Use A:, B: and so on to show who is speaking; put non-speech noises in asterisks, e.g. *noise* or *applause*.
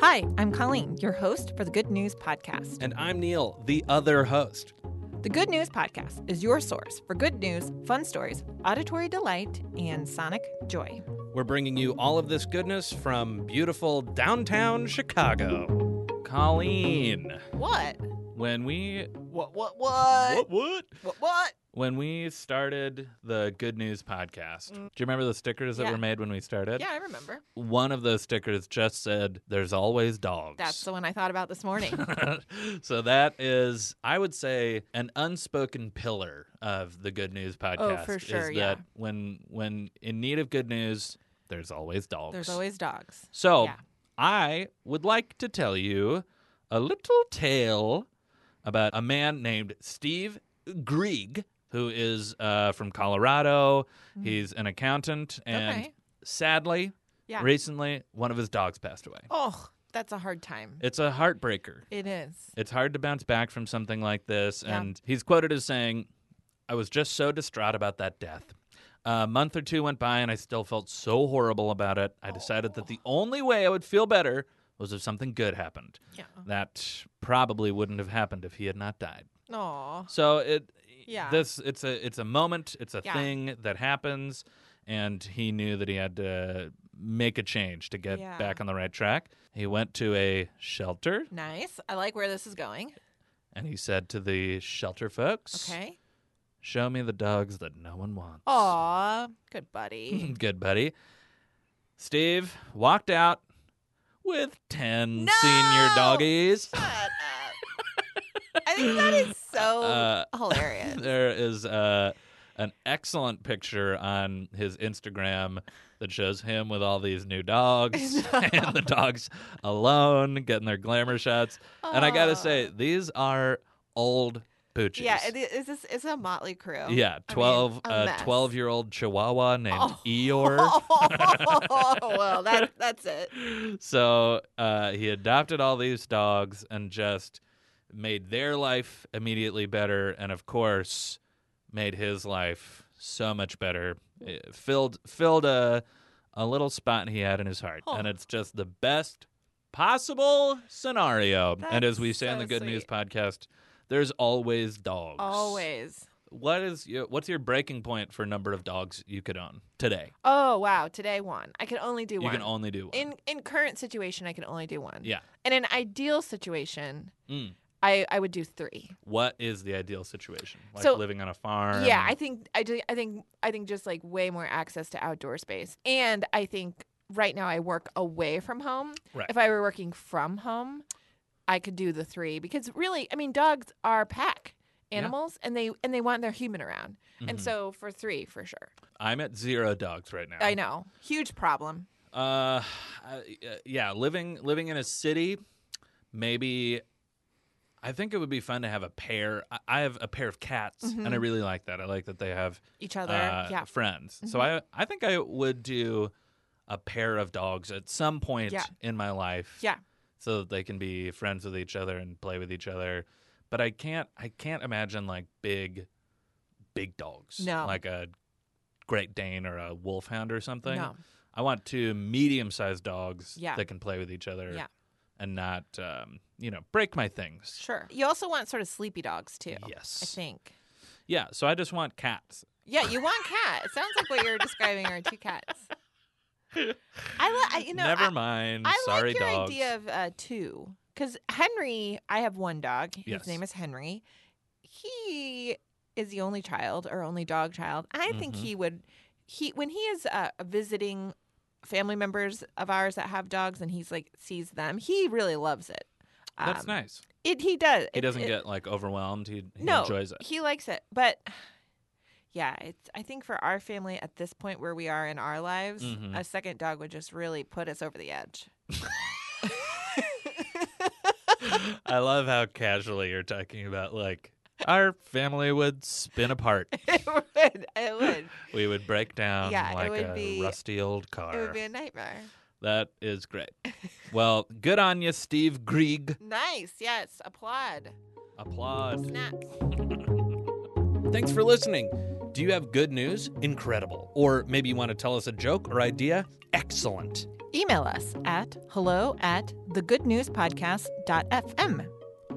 A: Hi, I'm Colleen, your host for the Good News Podcast.
B: And I'm Neil, the other host.
A: The Good News Podcast is your source for good news, fun stories, auditory delight, and sonic joy.
B: We're bringing you all of this goodness from beautiful downtown Chicago. Colleen,
A: What?
C: when we
B: what, what, what,
C: what
B: what, what?
C: when we started the good news podcast do you remember the stickers that
A: Yeah.
C: were made when we started
A: Yeah, I remember.
C: one of those stickers just said there's always dogs
A: That's the one I thought about this *laughs* morning.
C: *laughs* so that is i would say an unspoken pillar of the good news podcast
A: Oh, for sure,
C: is
A: yeah.
C: that when when in need of good news there's always dogs
A: There's always dogs.
C: So
A: Yeah.
C: I would like to tell you a little tale about a man named Steve Grieg, who is uh, from Colorado. He's an accountant, and
A: Mm-hmm. Okay.
C: sadly,
A: Yeah.
C: recently one of his dogs passed away.
A: Oh, that's a hard time.
C: It's a heartbreaker.
A: It is.
C: It's hard to bounce back from something like this.
A: Yeah.
C: And he's quoted as saying, I was just so distraught about that death. A month or two went by and I still felt so horrible about it. I decided that the only way I would feel better was if something good happened.
A: Yeah.
C: That probably wouldn't have happened if he had not died.
A: Aw.
C: So it
A: Yeah.
C: this it's a it's a moment, it's a
A: Yeah.
C: thing that happens and he knew that he had to make a change to get
A: Yeah.
C: back on the right track. He went to a shelter
A: Nice. I like where this is going.
C: and he said to the shelter folks,
A: Okay.
C: Show me the dogs that no one wants.
A: Aw. Good
C: *laughs*
A: buddy.
C: *clears throat* Good buddy. Steve walked out with 10 senior
A: No!
C: doggies.
A: Shut up. I think that is so
C: Uh,
A: hilarious.
C: *laughs* there is uh, an excellent picture on his Instagram that shows him with all these
A: *laughs*
C: new dogs and the dogs alone getting their glamour shots. And I got
A: Aw.
C: to say, these are old pooches.
A: Yeah, it, is this is a motley crew? *laughs*
C: Yeah,
A: I mean,
C: 12
A: a
C: a
A: mess.
C: 12 year old chihuahua named
A: Oh.
C: *laughs*
A: *laughs*
C: Eeyore.
A: Oh, well,
C: *laughs*
A: that that's it.
C: So uh, he adopted all these dogs and just made their life immediately better. And of course, made his life so much better. It filled filled a, a little spot he had in his heart.
A: Oh.
C: And it's just the best possible scenario. and
A: That's
C: as we say on
A: so
C: the Good News
A: sweet.
C: podcast, there's always dogs.
A: Always.
C: What is your, what's your breaking point for number of dogs you could own today?
A: Oh wow, today one. I can only do
C: You
A: one.
C: can only do one.
A: in in current situation, I can only do one.
C: yeah.
A: In an ideal situation,
C: Mm.
A: I I would do three.
C: What is the ideal situation? Like
A: So-
C: living on a farm.
A: Yeah, I think I do, I think I think just like way more access to outdoor space, and I think right now I work away from home.
C: Right.
A: If I were working from home, I could do the three because really, I mean, dogs are pack
C: Yeah.
A: animals, and they and they want their human around, and
C: Mhm.
A: so for three for sure.
C: I'm at zero dogs right now.
A: I know, huge problem.
C: Uh, I- uh, yeah, living living in a city, maybe. I think it would be fun to have a pair. I- I have a pair of cats, and I
A: Mhm.
C: really like that. I like that they have
A: Each other,
C: uh,
A: yeah, Mm-hmm.
C: friends. So I I think I would do a pair of dogs at some point
A: Yeah.
C: in my life.
A: Yeah.
C: So that they can be friends with each other and play with each other. But I can't I can't imagine like big big dogs.
A: No.
C: Like a Great Dane or a Wolfhound or something.
A: no,
C: I want two medium sized dogs
A: Yeah.
C: that can play with each other
A: Yeah.
C: and not um, you know, break my things.
A: sure. You also want sort of sleepy dogs too.
C: Yes.
A: I think.
C: Yeah. So I just want cats.
A: Yeah, you want cat. It sounds like what you're describing are two cats. I, li- I you know,
C: Never
A: I,
C: mind.
A: I
C: Sorry,
A: like your
C: dogs.
A: idea of uh, two because Henry. I have one dog. His
C: Yes.
A: name is Henry. He is the only child or only dog child. I think
C: Mhm.
A: he would. He when he is uh, visiting family members of ours that have dogs, and he's like sees them. He really loves it.
C: That's
A: Um,
C: nice.
A: It he does.
C: He
A: It-
C: doesn't
A: it-
C: get like overwhelmed. He, he
A: no, *laughs*
C: enjoys it.
A: He likes it, but *sighs* yeah, it's. I think for our family at this point where we are in our lives,
C: Mhm.
A: a second dog would just really put us over the edge. *laughs*
C: I love how casually you're talking about like our family would spin apart.
A: it would. It would.
C: We would break
A: *laughs*
C: down
A: Yeah, it
C: like
A: would
C: a
A: be-
C: rusty old car.
A: It would be a nightmare.
C: That is
A: *laughs*
C: great. well, good on you, Steve Grieg.
A: Nice. Yes. Applaud.
C: Applaud.
A: Snacks.
C: Thanks for listening. Do you have good news? Incredible. Or maybe you want to tell us a joke or idea? Excellent.
A: Email us at hello at thegoodnewspodcast.fm.